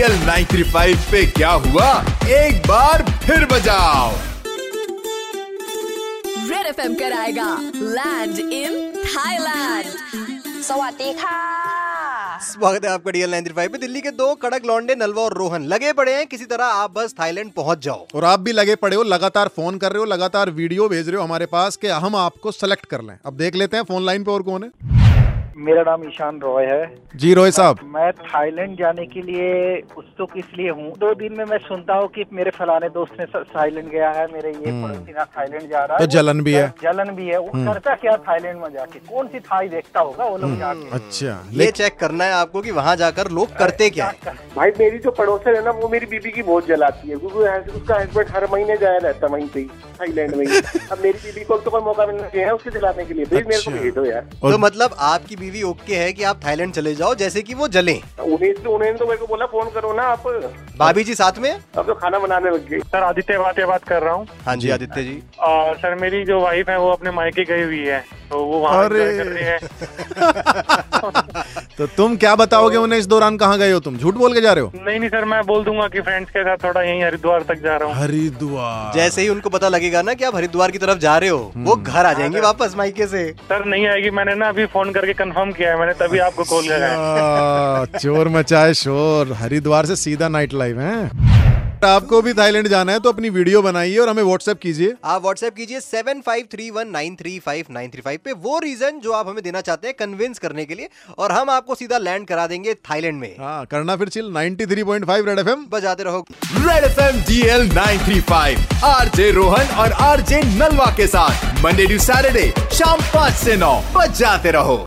95 पे क्या हुआ एक बार फिर बजाओ रेड एफ एम कराएगा लैंड इन थाईलैंड สวัสดีค่ะ स्वागत है आपका डीएल नाइन पे दिल्ली के दो कड़क लौंडे नलवा और रोहन लगे पड़े हैं किसी तरह आप बस थाईलैंड पहुंच जाओ और आप भी लगे पड़े हो लगातार फोन कर रहे हो लगातार वीडियो भेज रहे हो हमारे पास कि हम आपको सेलेक्ट कर लें अब देख लेते हैं फोन लाइन पे और कौन है मेरा नाम ईशान रॉय है जी रोहित साहब मैं थाईलैंड जाने के लिए उत्सुक इसलिए हूँ दो दिन में मैं सुनता हूँ कि मेरे फलाने दोस्त ने सा- थाईलैंड गया है मेरे ये पड़ोसी ना थाईलैंड जा रहा है हम्म। तो जलन भी है। हम्म। जलन भी है वो करता क्या है थाईलैंड में जाके कौन सी थाई देखता होगा वो लोग जाके अच्छा ये चेक करना है आपको कि वहां जाकर लोग करते क्या है भाई मेरी जो पड़ोसर है ना वो मेरी बीबी की बहुत जलाती है क्योंकि हस- उसका हस्बैंड हर महीने जाया रहता है वहीं पे ही थाईलैंड में ही अब मेरी बीबी को अब तो कोई मौका मिलना चाहिए ना उसके जलाने के लिए भाई मेरे को अच्छा। भेज दो यार और- तो मतलब आपकी बीवी ओके है कि आप थाईलैंड चले जाओ जैसे कि वो जले उन्हें तो उन्होंने तो मेरे को बोला फोन करो ना आप भाभी जी साथ में हैं? अब तो खाना बनाने लग गई सर आदित्य भाटिया बात कर रहा हूँ हाँ जी आदित्य जी और सर मेरी जो वाइफ है वो अपने मायके गई हुई है तो वो वहाँ अरे। enjoy कर रही है तो तुम क्या बताओगे उन्हें इस दौरान कहाँ गए हो तुम झूठ बोल के जा रहे हो नहीं नहीं सर मैं बोल दूंगा कि फ्रेंड्स के साथ थोड़ा यहीं हरिद्वार तक जा रहा हूँ हरिद्वार जैसे ही उनको पता लगेगा ना कि आप हरिद्वार की तरफ जा रहे हो वो घर हम्म। आ जाएंगे वापस मायके से सर नहीं आएगी मैंने ना अभी फोन करके कंफर्म किया है मैंने तभी आपको कॉल करा है अच्छा, चोर मचाए शोर हरिद्वार से सीधा नाइट लाइफ है आपको भी थाईलैंड जाना है तो अपनी वीडियो बनाइए और हमें व्हाट्सएप कीजिए आप व्हाट्सएप कीजिए seven five three one nine three five nine three five पे वो रीजन जो आप हमें देना चाहते हैं कन्विंस करने के लिए और हम आपको सीधा लैंड करा देंगे थाईलैंड में हाँ करना फिर चिल 93.5 रेड एफएम बजाते रहो red F M G L nine three five R J Rohan और आर जे नलवा के साथ मंडे टू सैटरडे शाम पाँच से नौ बजाते रहो